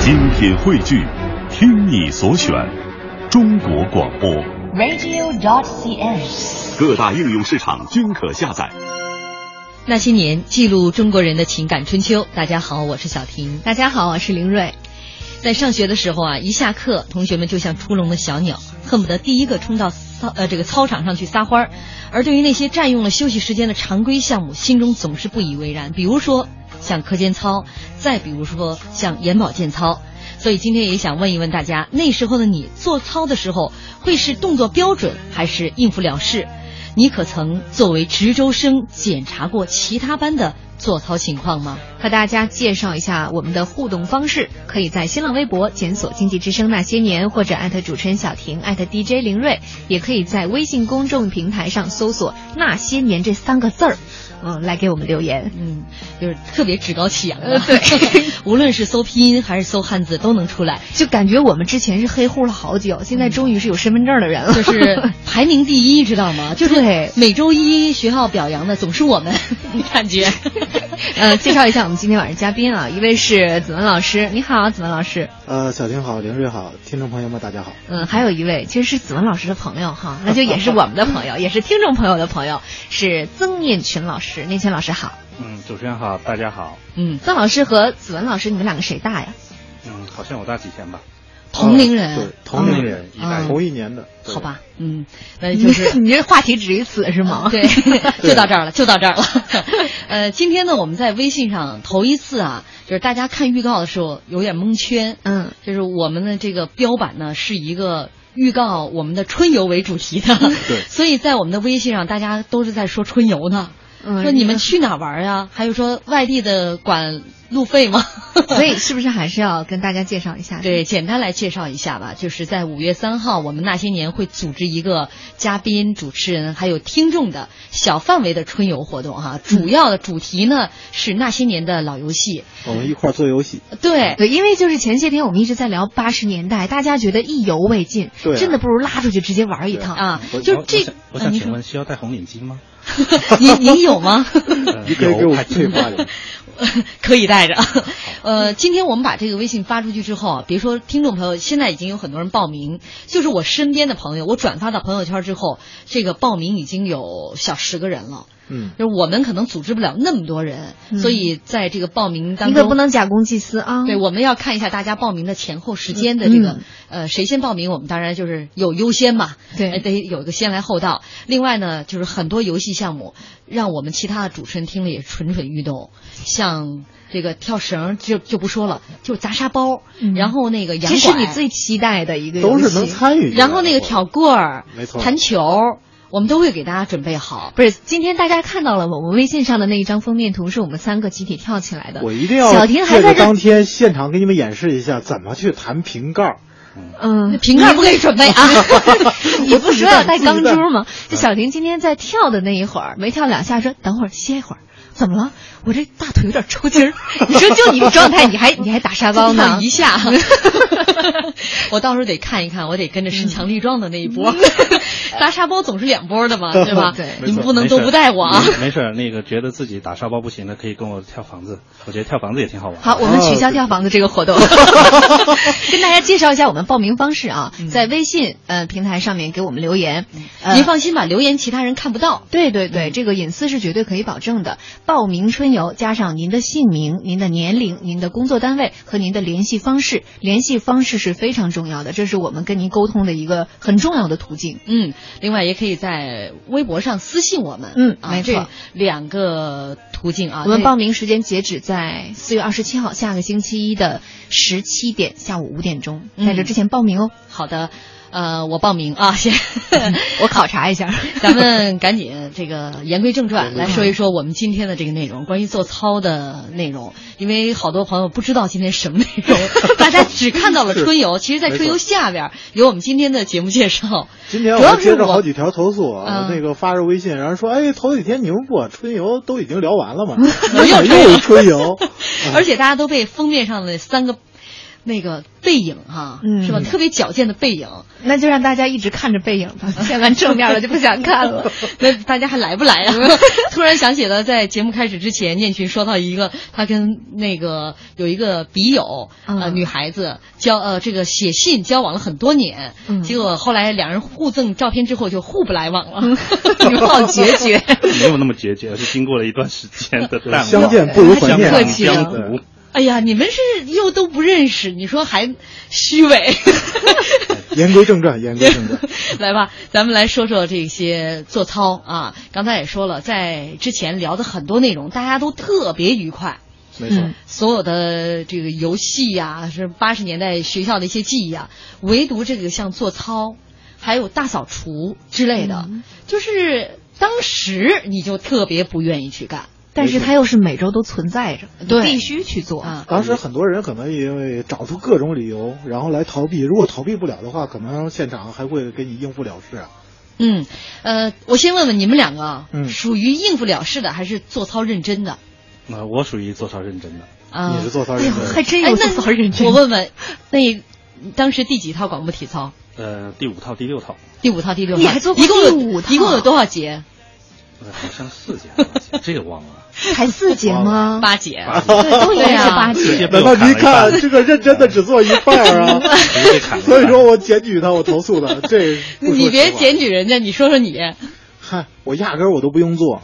精品汇聚，听你所选，中国广播。 radio.cn，各大应用市场均可下载。那些年，记录中国人的情感春秋。大家好，我是小婷。大家好，我是林睿。在上学的时候啊，一下课，同学们就像出笼的小鸟，恨不得第一个冲到操呃这个操场上去撒欢儿。而对于那些占用了休息时间的常规项目，心中总是不以为然。比如说像课间操，再比如说像眼保健操。所以今天也想问一问大家，那时候的你做操的时候，会是动作标准，还是应付了事？你可曾作为值周生检查过其他班的做操情况吗？和大家介绍一下我们的互动方式，可以在新浪微博检索“经济之声那些年”或者艾特主持人小婷、艾特 DJ 林睿，也可以在微信公众平台上搜索“那些年”这三个字儿。嗯，来给我们留言，嗯，就是特别趾高气扬的、呃对， 无论是搜拼音还是搜汉字都能出来，就感觉我们之前是黑户了好久，现在终于是有身份证的人了，嗯就是排名第一，知道 吗？就是每周一学校表扬的总是我们，感觉。呃，介绍一下我们今天晚上嘉宾啊，一位是子文老师，你好，子文老师。呃，小婷好，林睿好，听众朋友们大家好。嗯，还有一位其实是子文老师的朋友哈，那就也是我们的朋友，也是听众朋友的朋友，是曾念群老师。是念谦老师好，嗯，主持人好，大家好，嗯，曾老师和子文老师，你们两个谁大呀？嗯，好像我大几天吧，嗯同龄人，嗯啊对，同龄人，同一年的，好吧，嗯，那就是你这话题止于此是吗？ 对，就到这儿了，就到这儿了。 呃，今天呢，我们在微信上头一次啊，就是大家看预告的时候有点蒙圈，嗯，就是我们的这个标版呢是一个。预告我们的春游为主题的，对， 所以在我们的微信上，大家都是在说春游呢。哎嗯说你们去哪玩呀、啊？还有说外地的管路费吗？所以是不是还是要跟大家介绍一下？对，简单来介绍一下吧。就是在五月三号，我们那些年会组织一个嘉宾、主持人还有听众的小范围的春游活动哈、啊。主要的主题呢是那些年的老游戏，我们一块儿做游戏。对对，因为就是前些天我们一直在聊八十年代，大家觉得意犹未尽，对啊、真的不如拉出去直接玩一趟啊！就这，我想请问，需要戴红领巾吗？ 您您有吗？你可以给我退化点。 可以带着，呃，今天我们把这个微信发出去之后啊，别说听众朋友，现在已经有很多人报名，就是我身边的朋友，我转发到朋友圈之后，这个报名已经有小十个人了。 嗯，就是我们可能组织不了那么多人，嗯、所以在这个报名当中，你可不能假公济私啊。对，我们要看一下大家报名的前后时间的这个，嗯、呃，谁先报名，我们当然就是有优先嘛，对，哎得有一个先来后到。另外呢，就是很多游戏项目，让我们其他的主持人听了也蠢蠢欲动，像。这个跳绳就就不说了，就砸沙包，嗯、然后那个这是你最期待的一个都是能参与。然后那个挑棍儿，没错，弹球，我们都会给大家准备好。不是，今天大家看到了我们微信上的那一张封面图，是我们三个集体跳起来的。我一定要小婷还在当天现场给你们演示一下怎么去弹瓶盖。嗯，瓶盖不给准 备啊！你不说要带钢珠吗？这小婷今天在跳的那一会儿，没跳两下，说等会儿歇一会儿。怎么了？我这大腿有点抽筋儿。你说就你这状态，你还 你还打沙包呢？一下，我到时候得看一看，我得跟着身强力壮的那一波。打沙包总是两波的嘛，对吧？对，你们不能都不带我啊。没事，那个觉得自己打沙包不行的，可以跟我跳房子。我觉得跳房子也挺好玩。好，我们取消跳房子这个活动。 跟大家介绍一下我们报名方式啊，在微信呃平台上面给我们留言。呃您放心吧，留言其他人看不到。对对对，这个隐私是绝对可以保证的。报名春游加上您的姓名、您的年龄、您的工作单位和您的联系方式，联系方式是非常重要的，这是我们跟您沟通的一个很重要的途径。嗯，另外也可以在微博上私信我们。嗯，啊、没错，两个途径啊。我们报名时间截止在四月二十七号，下个星期一的十七点，下午五点钟，在这之前报名哦。嗯、好的。呃，我报名啊， 先我考察一下。咱们赶紧这个言归正传，来说一说我们今天的这个内容，关于做操的内容。因为好多朋友不知道今天什么内 容，大家只看到了春游。其实，在春游下边有我们今天的节目介绍。今天我接着好几条投诉嗯啊，那个发着微信，然后说：“哎，头几天你们把春游都 已经聊完了吗？又又春游， 嗯而且大家都被封面上的三个。”那个背影哈、嗯是吧？特别矫健的背影， 那就让大家一直看着背影吧，看完正面了就不想看 了。那大家还来不 来啊？突然想起了在节目开始之前，念群说到一个，他跟那个有一个笔友，呃，嗯女孩子交呃这个写信交往了很多年，嗯结果后来两人互赠照片之后就互不来往嗯 了，你们好决绝。 没有那么决绝，而是经过了一段时间的淡相忘。见啊 不如怀相念客忘气了江湖，哎呀，你们是又都不认识，你说还虚 伪。言归正传，言归正 传。来吧，咱们来说说这些做操啊。刚才也说了，在之前聊的很多内容，大家都特别愉快。没错，嗯所有的这个游戏呀、是八十年代学校的一些记忆啊，唯独这个像做操，还有大扫除之类的，嗯就是当时你就特别不愿意去干。但是它又是每周都存在着，对必须去做啊。当时很多人可能因为找出各种理由，然后来逃避。如果逃避不了的话，可能现场还会给你应付了事啊。嗯，呃，我先问问你们两个啊，嗯属于应付了事的，还是做操认真的？那呃我属于做操认真的，啊，你是做操哎人呦，的，还真有做操认真。我问问，那当时第几套广播体操？呃，第五套、第六套，第五套、第六套，你还做过一共有第五套一共有多少节？呃，好像四节，还是八节这个忘了。 才四节 吗？八节。啊八节对，都应该是八直接节。被难我道砍您了一半看这个认真的只做一半 啊？直接砍了一半所以说我检举他，我投诉他，这不说你别实话检举人家，你说说你。嗨，我压根儿我都不用做，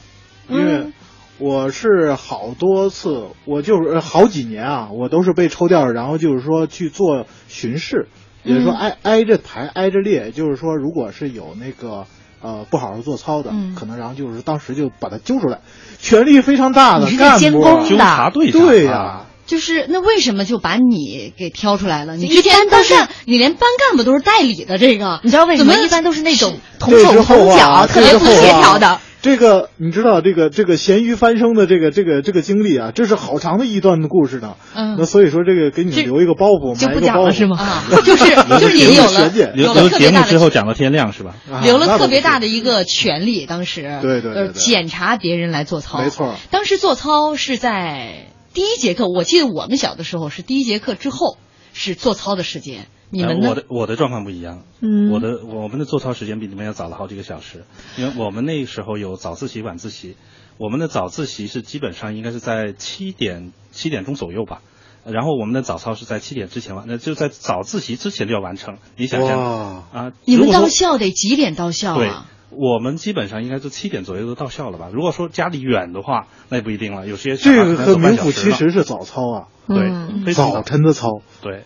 因嗯为我是好多次，我就是呃好几年啊，我都是被抽调，然后就是说去做巡视，也嗯就是说挨挨着排挨着列，就是说如果是有那个。呃，不好好做操的，嗯可能然后就是当时就把他揪出来，权力非常大的你是在干监部工啊，的纠察队长对呀、啊就是那为什么就把你给挑出来了？你一之前般都班是哦干，你连班干部都是代理的这个，你知道为什么？怎一般都是那种同这手是后同话脚，啊，特这别是不后话协调的。。这个你知道，这个这个咸鱼翻身的这个这个这个经历啊，这是好长的一段的故事呢。嗯那所以说这个给你们留一个包袱，就埋不一个讲包了袱是吗啊，就是就是你有了学姐留有留了特节别目大的之后讲到天亮是吧？啊留了那特别不是大的一个权利，当时对对对呃对检查别人来做操，没错。当时做操是在第一节课，我记得我们小的时候是第一节课之后是做操的时间，你们呃呢我？的我的状况不一样，嗯我的我们的做操时间比你们要早了好几个小时，因为我们那时候有早自习、晚自习，我们的早自习是基本上应该是在七点七点钟左右吧。然后我们的早操是在七点之前完，那就在早自习之前就要完成。你想想哇啊，你如们果说到校得几点到校对啊？，我们基本上应该是七点左右就到校了吧。如果说家里远的话，那也不一定了。有些小孩这个可能和走半名小副时其呢，实是早操啊，对，嗯非常早晨的操。对，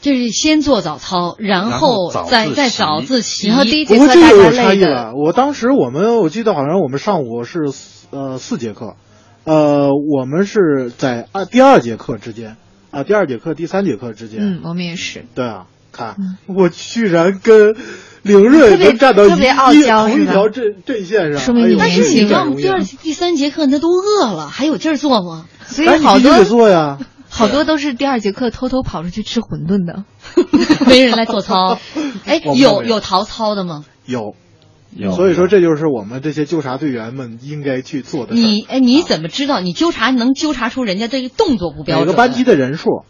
就是先做早操，然然后后早再自再习早自习，然后第一不节过课这大个家有差累异的，了。我当时我们我记得好像我们上午是四呃四节课，呃，我们是在啊第二节课之间啊第二节课第三节课之间，嗯，我们也是。对啊，看、我居然跟凌嗯特睿别能站到一特别傲一娇同是一吧条阵阵线上，说明哎呦你但年是你轻知道我吗？们第二、第三节课那都饿了，还有劲儿做 吗？所以哎好你必须多得做呀，好多都是第二节课偷偷跑出去吃馄饨的。没人来做 操。哎，我们有都没有有逃操的吗？有。有所以说，这就是我们这些纠察队员们应该去做的事儿。你哎，你怎么知道？你纠察能纠察出人家这个动作不标每准？个班级，的人数，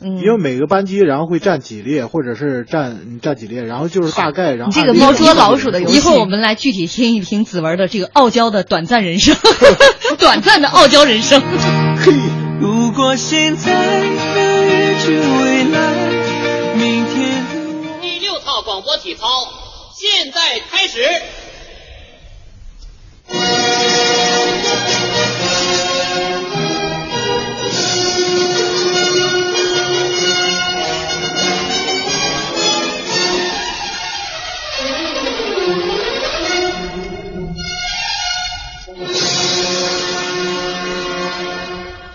嗯，因为每个班级然后会站几列，或者是站站几列，然后就是大概，然后这按个照猫这捉老鼠的人游数戏一会儿我们来具体听一听子文的这个傲娇的短暂人生， 短暂的傲娇人生。 嘿，如果现在能预知未来，明天的第六套广播体操，现在开始。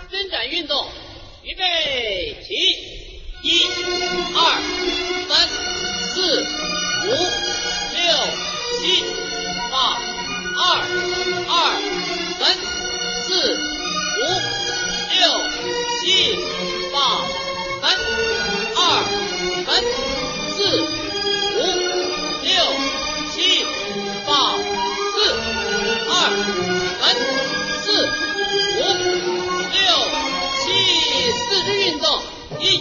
伸展运动，预备起，一、二、三、四、五、六、七、八、二、二、三、四、五、六、七、八、三、二、三、四、五、六、七、八、四、二、三、四、五、六、七，四肢运动，一。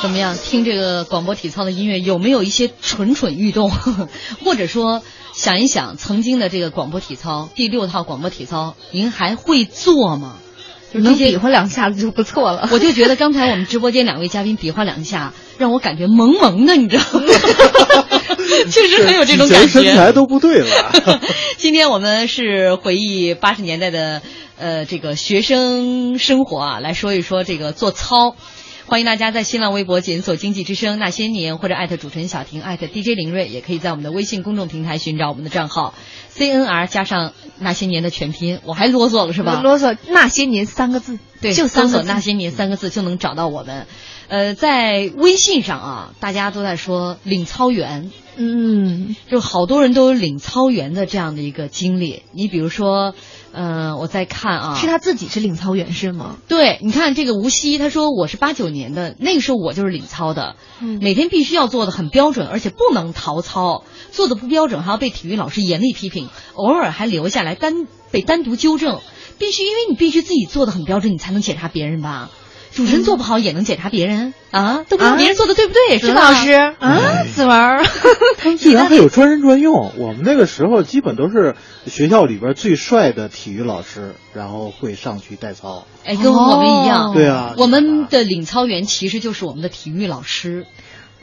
怎么样？听这个广播体操的音乐，有没有一些蠢蠢欲动？ 或者说，想一想曾经的这个广播体操，第六套广播体操，您还会做吗？就是这能些比划两下子就不错 了。我就觉得刚才我们直播间两位嘉宾比划两下，让我感觉萌萌的，你知道吗？ 确实很有这种体感型身材觉。都不对了。 今天我们是回忆八十年代的呃这个学生生活啊，来说一说这个做操。欢迎大家在新浪微博检索“经济之声那些年”或者艾特主持人小婷艾特 DJ 林睿，也可以在我们的微信公众平台寻找我们的账号 CNR 加上那些年的全拼。我还啰嗦了 是吧？啰嗦那些年三个字，对，就搜三个索“字那些年”三个字就能找到我们。呃，在微信上啊，大家都在说领操员，嗯，就好多人都有领操员的这样的一个经历。你比如说，呃，我在看啊，是他自己是领操员是吗？对，你看这个吴昕，他说我是八九年的，那个时候我就是领操的，嗯每天必须要做的很标准，而且不能逃操，做的不标准还要被体育老师严厉批评，偶尔还留下来单被单独纠正，必须因为你必须自己做的很标准，你才能检查别人吧。主持人做不好也能检查别人、啊，都不知道啊别人做的对不对，子是吧？老师哎啊，子文 儿，他们居然还有专人专用，我们那个时候基本都是学校里边最帅的体育老师，然后会上去带操。哎，跟我们一样，哦对啊我们的领操员其实就是我们的体育老师，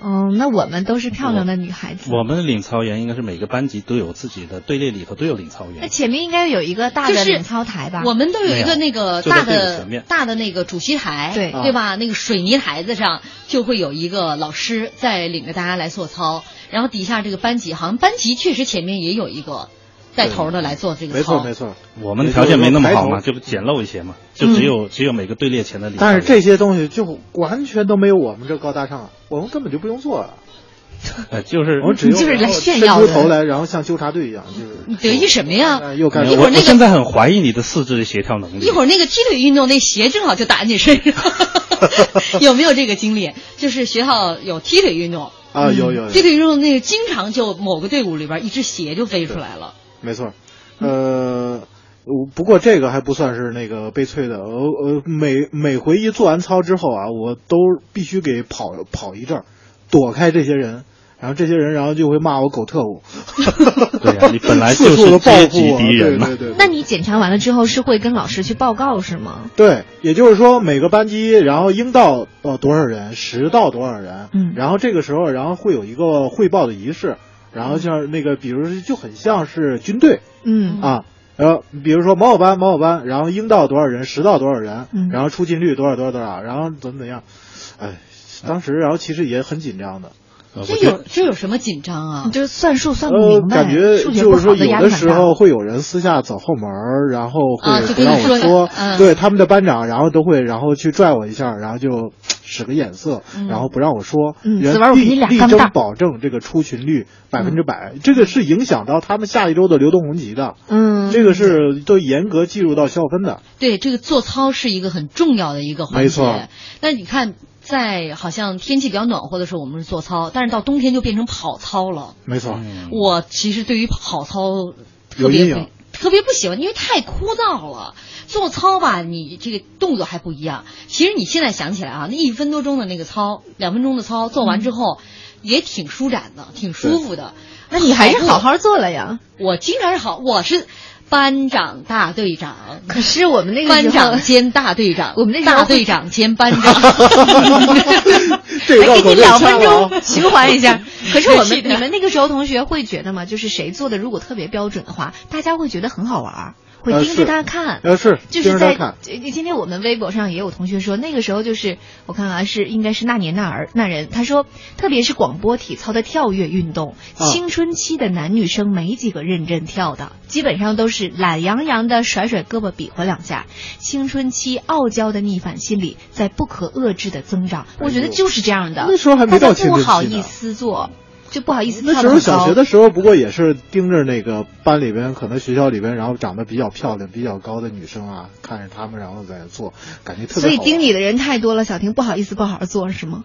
嗯，那我们都是漂亮的女孩子。我们领操员应该是每个班级都有自己的队列，里头都有领操那员。前面应该有一个大就的是领操台吧？我们都有一个那个没有大就在队伍的前面大的那个主席台，对啊对吧？那个水泥台子上就会有一个老师在领着大家来做操，然后底下这个班级好像班级确实前面也有一个带头的来做这个没错操，没错，我们条件没那么好嘛，也就就简陋一些嘛，就只有只有每个队列前的领操但员。是这些东西就完全都没有我们这高大上，我们根本就不用做了，呃就是我们只用就是来然后炫耀的伸出头来，然后像纠察队一样，就是你得意什么呀？呃又干没了有一会儿我那个我现在很怀疑你的四肢的协调能力。一会儿那个踢腿运动那鞋正好就打你身上，有没有这个经历？就是学校有踢腿运动，啊，有有有踢，腿运动那个经常就某个队伍里边一只鞋就飞出来了。没错，呃。嗯我不过这个还不算是那个悲催的，呃呃，每每回一做完操之后啊，我都必须给跑跑一阵儿，躲开这些人，然后这些人然后就会骂我狗特务， 对呀你本来就四是处的报阶复级我敌人嘛对对对对那你检查完了之后是会跟老师去报告是吗？对，也就是说每个班级，然后应到呃多少人，实到多少人，嗯然后这个时候，然后会有一个汇报的仪式，然后像那个，比如就很像是军队嗯啊，呃，比如说某某班某某班，然后应到多少人，实到多少人，嗯然后出勤率多少多少多少，然后怎么怎么样，哎，当时然后其实也很紧张的，呃我这觉得有这有什么紧张啊？哦就是算数算不呃明，白，感觉数学就不是好说，的有压的力很时大。候会有人私下走后门儿，然后啊就会不跟让你我说说嗯，对他们的班长，然后都会，然后去拽我一下，然后就使个眼色，然后不让我说。嗯人此玩儿我比力你俩力钢争大保证这个出勤率百分之百，这个是影响到他们下一周的流动红旗的，嗯，这个是都严格计入到校分的。对，这个做操是一个很重要的一个环节。没错。那你看，在好像天气比较暖和的时候，我们是做操，但是到冬天就变成跑操了。没错，嗯嗯我其实对于跑操特嗯有别阴不影特别不喜欢，因为太枯燥了。做操吧，你这个动作还不一样。其实你现在想起来啊，那一分多钟的那个操，两分钟的操做完之后，嗯也挺舒展的，挺舒服的。 那你还是跑步好好做了呀。嗯我经常是好，我是班长大队长。可是我们那个时班候长兼大队长，我们那时候大队长兼班长，这一还道给口你就两掐分了啊钟循环一 下。可是我是们的你们那个时候同学会觉得吗？就是谁做的如果特别标准的话，大家会觉得很好玩儿，会呃盯着是他看。呃是就是盯着他在看呃今天我们微博上也有同学说，那个时候就是我看啊，是应该是那年那儿那人，他说，特别是广播体操的跳跃运动，啊青春期的男女生没几个认真跳的，基本上都是懒洋洋的甩甩胳膊比划两下。青春期傲娇的逆反心理在不可遏制的增长，我觉得就是这样的。哎那时候还没到大家不青春期呢好意思做，就不好意思那跳时得候很小高学。的时候，不过也是盯着那个班里边，可能学校里边，然后长得比较漂亮、比较高的女生啊，看着她们，然后在那做，感觉特别所以好玩盯你的人太多了，小婷不好意思不好好做是吗？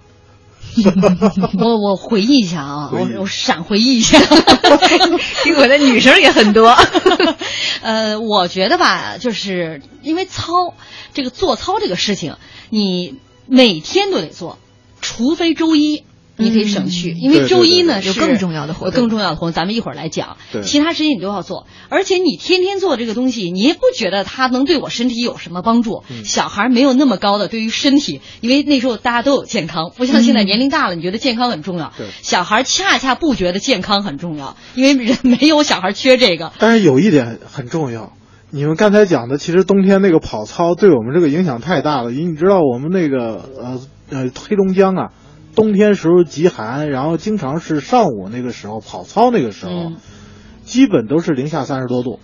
我我回忆一下啊，回忆我我闪回忆一 下。听我的女生也很多。 呃，我觉得吧，就是因为操这个做操这个事情，你每天都得做，除非周一。你可以省去，嗯因为周一呢对对对对是有更重要的活动有更重要的活动，咱们一会儿来讲。对其他时间你都要做，而且你天天做这个东西，你也不觉得它能对我身体有什么帮助。嗯小孩没有那么高的对于身体，因为那时候大家都有健康，不像现在年龄大了，你觉得健康很重要。嗯对小孩恰恰不觉得健康很重要，因为人没有小孩缺这个。但是有一点很重要，你们刚才讲的，其实冬天那个跑操对我们这个影响太大了，因为你知道我们那个呃呃黑龙江啊，冬天时候极寒，然后经常是上午那个时候跑操那个时候，嗯基本都是零下三十多度。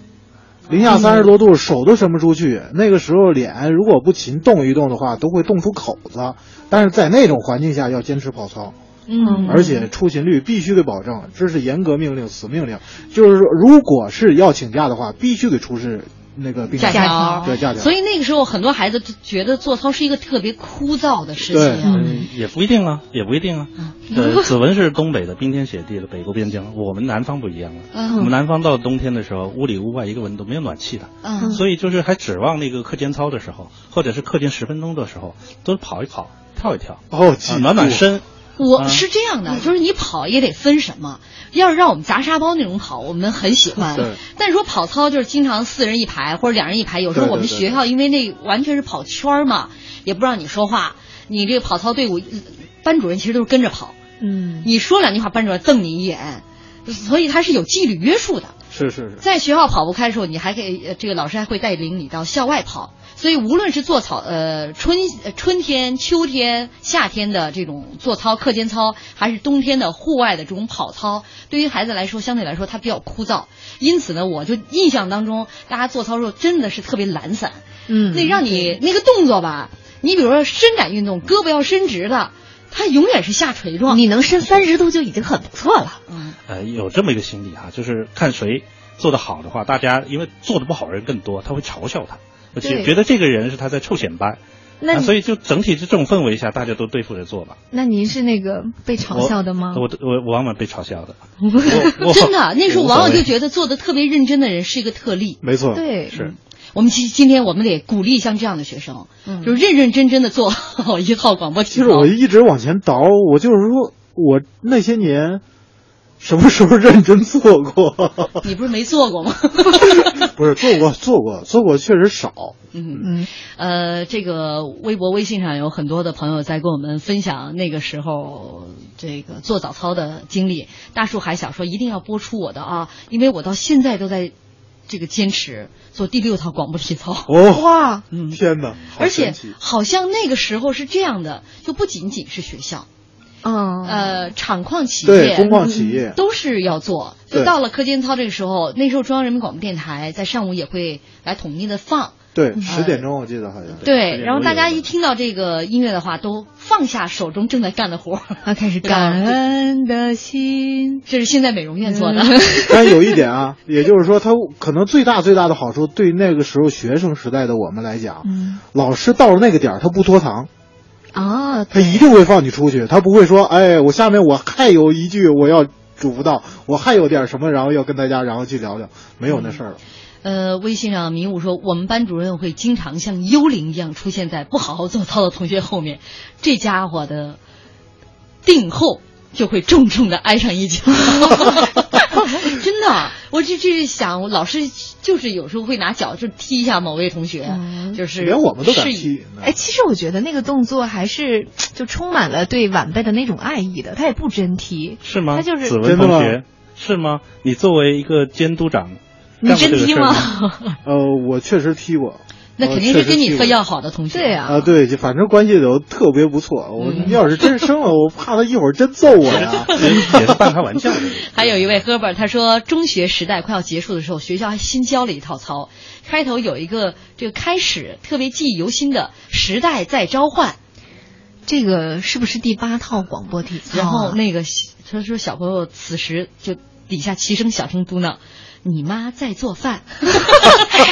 零下三十多度，手都伸不出去。那个时候脸如果不勤动一动的话，都会冻出口子。但是在那种环境下，要坚持跑操。嗯而且出勤率必须得保证，这是严格命令、死命令。就是说，如果是要请假的话，必须得出示那个病假假条，对假条。所以那个时候很多孩子就觉得做操是一个特别枯燥的事情对啊。嗯，也不一定啊，也不一定啊。嗯呃，子文是东北的，冰天雪地的，北国边疆。我们南方不一样啊，嗯我们南方到冬天的时候，屋里屋外一个温度，没有暖气的，嗯所以就是还指望那个课间操的时候，或者是课间十分钟的时候，都跑一跑，跳一跳，哦，啊记暖暖住身。我啊是这样的，就是你跑也得分什么。要是让我们砸沙包那种跑，我们很喜欢对。但是说跑操就是经常四人一排或者两人一排，有时候对对我们对学校因为那完全是跑圈儿嘛，也不让你说话。你这个跑操队伍，呃班主任其实都是跟着跑，嗯，你说两句话，班主任瞪你一眼，所以他是有纪律约束的。是是是，在学校跑步开的时候，你还可以，呃这个老师还会带领你到校外跑。所以无论是做操，呃，春呃春天、秋天、夏天的这种做操、课间操，还是冬天的户外的这种跑操，对于孩子来说，相对来说它比较枯燥。因此呢，我就印象当中，大家做操的时候真的是特别懒散。嗯那让你那个动作吧，你比如说伸展运动，胳膊要伸直的，它永远是下垂状。你能伸三十度就已经很不错了。嗯，呃，有这么一个心理哈、就是看谁做得好的话，大家因为做的不好的人更多，他会嘲笑他，而且对觉得这个人是他在臭显摆。那啊你所以就整体是这种氛围下，大家都对付着做吧。那您是那个被嘲笑的吗？我我我往往被嘲 笑的，我我真的，那时候我无所往往就谓觉得做的特别认真的人是一个特例。没错。对，是嗯我们今今天我们得鼓励像这样的学生，嗯就认认真真的做好一号广播体其操。实我一直往前倒，我就是说我那些年什么时候认真做 过？你不是没做过吗？ 不是做过，做过，做过确实少。嗯，嗯，呃，这个微博、微信上有很多的朋友在跟我们分享那个时候这个做早操的经历。大树还想说一定要播出我的啊，因为我到现在都在这个坚持做第六套广播体 操。哦，哇，嗯，天哪！好而且神奇好像那个时候是这样的，就不仅仅是学校，嗯，呃，厂矿企业、对工矿企嗯业，都是要做。就对到了课间操这个时候，那时候中央人民广播电台在上午也会来统一的放，对十点钟我记得好像。对。然后大家有一听到这个音乐的话，都放下手中正在干的活儿。啊，开始知道感恩的心，这是现在美容院做的， 但有一点啊，也就是说，它可能最大最大的好处，对那个时候学生时代的我们来讲，嗯老师到了那个点儿，他不拖堂，啊，他一定会放你出去，他不会说，哎，我下面我还有一句我要嘱咐到，我还有点什么，然后要跟大家然后去聊聊，没有那事儿了。呃，微信上迷雾说，我们班主任会经常像幽灵一样出现在不好好做操的同学后面，这家伙的定后就会重重的挨上一 脚。真的，我这这想，老师就是有时候会拿脚就踢一下某位同学，嗯就是连我们都敢示意踢，哎，其实我觉得那个动作还是就充满了对晚辈的那种爱意的，他也不真踢， 是吗？他就是子文真的同吗学是吗？你作为一个监督长，你干过真这个踢事儿吗？ 呃，我确实踢过， 那我肯定哦确是实跟踢你特过要好的同学。对啊啊，对，就反正关系都特别不错。我嗯要是真生了，我怕他一会儿真揍 我呀。也是半开玩笑的。 还有一位 Herbert，他说中学时代快要结束的时候，学校还新教了一套操，开头有一个这个开始特别记忆犹新的“时代在召唤这个是不是第八套广播体”，操啊？然后那个他说小朋友此时就底下齐声小声嘟囔：“你妈在做饭。”太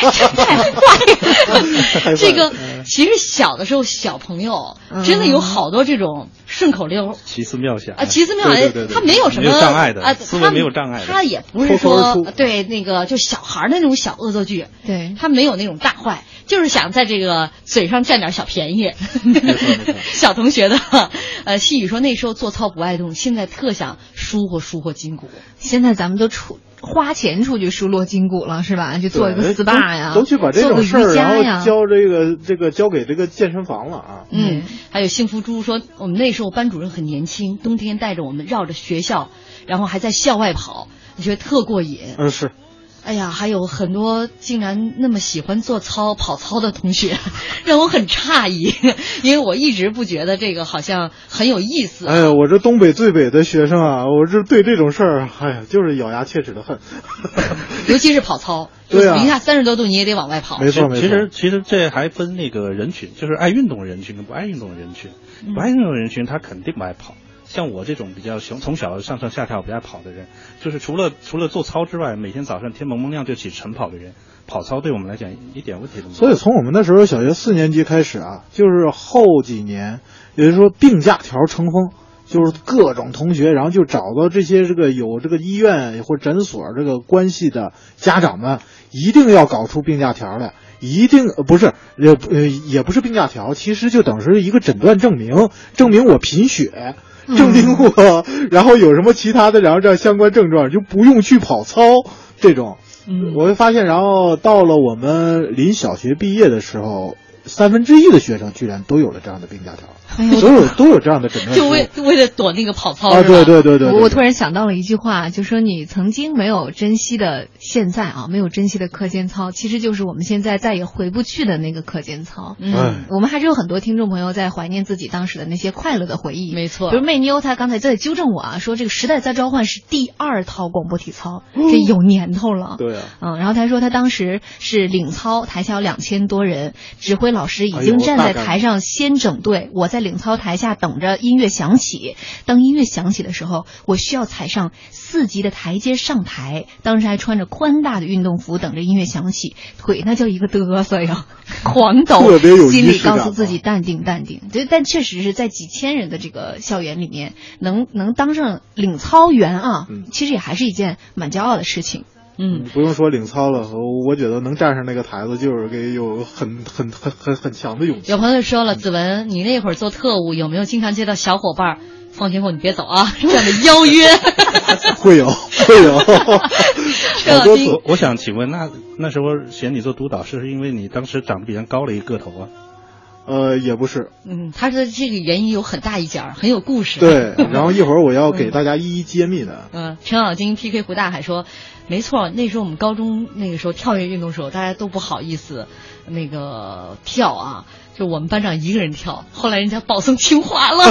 坏了！这个其实小的时候，小朋友真的有好多这种顺口溜。奇思妙想啊，奇思妙对对想，对对他没有什么没有障碍的啊，思维他没有障碍的他也不是脱口而说出对那个就小孩儿的那种小恶作剧，对他没有那种大坏，就是想在这个嘴上占点小便宜没错。 小同学的，呃，细雨说那时候做操不爱动，现在特想舒活舒活筋骨。现在咱们都出花钱出去梳落筋骨了，是吧？就做一个对哎 SPA 呀，都都去把这做种个事儿，瑜伽然呀后。交这个这个交给这个健身房了啊。嗯，还有幸福猪说，我们那时候班主任很年轻，冬天带着我们绕着学校，然后还在校外跑，我觉得特过瘾。嗯，是哎呀，还有很多竟然那么喜欢做操、跑操的同学， 让我很诧异， 因为我一直不觉得这个好像很有意思。哎呀，我这东北最北的学生啊，我这对这种事儿，哎呀，就是咬牙切齿的恨。尤其是跑操，对啊零下三十多度你也得往外跑。 没错没错其实其实这还分那个人群，就是爱运动的人群跟不爱运动的人群。嗯不爱运动的人群他肯定不爱跑，像我这种比较从从小上上下跳不爱跑的人，就是除了除了做操之外，每天早上天蒙蒙亮就起晨跑的人，跑操对我们来讲一点问题都没有。所以从我们那时候小学四年级开始啊，就是后几年，也就是说病假条成风，就是各种同学，然后就找到这些这个有这个医院或诊所这个关系的家长们，一定要搞出病假条来。一定呃不是，也呃也不是病假条，其实就等是一个诊断证明，证明我贫血，证明我，然后有什么其他的，然后这样相关症状就不用去跑操这种。嗯我会发现，然后到了我们临小学毕业的时候，三分之一的学生居然都有了这样的病假条，都有都有这样的诊哎断书就为为了躲那个跑操啊，是吧？对对对对，我我对突然想到了一句话，就说你曾经没有珍惜的现在啊，没有珍惜的课间操，其实就是我们现在再也回不去的那个课间操。哎嗯，我们还是有很多听众朋友在怀念自己当时的那些快乐的回忆，没错比如媚妞，她刚才在纠正我啊，说这个《时代在召唤》是第二套广播体操，这有年头了。对啊。嗯，然后她说她当时是领操，台下有两千多人，指挥老师已经哎呦站在大概台上先整队，我在领操台下等着音乐响起。当音乐响起的时候，我需要踩上四级的台阶上台，当时还穿着宽大的运动服，等着音乐响起，腿那叫一个嘚瑟呀， 狂抖，特别有仪心里式感告诉自啊己淡定淡定。对，但确实是在几千人的这个校园里面，能能当上领操员啊，嗯其实也还是一件蛮骄傲的事情。嗯，不用说领操了，我我觉得能站上那个台子，就是给有很很很很很强的勇气有。朋友说了，子文，你那会儿做特务有没有经常接到小伙伴儿放学后你别走啊这样的邀约？ 会有会有，好多次我我想请问，那那时候选你做督导，是不是因为你当时长得比人高了一个头啊？呃也不是嗯，他说这个原因有很大一截儿，很有故事。 对，然后一会儿我要给大家一一揭秘的。嗯，陈小金 PK 胡大海说，没错，那时候我们高中那个时候跳跃运动的时候，大家都不好意思那个跳啊，就我们班长一个人跳，后来人家保送清华了，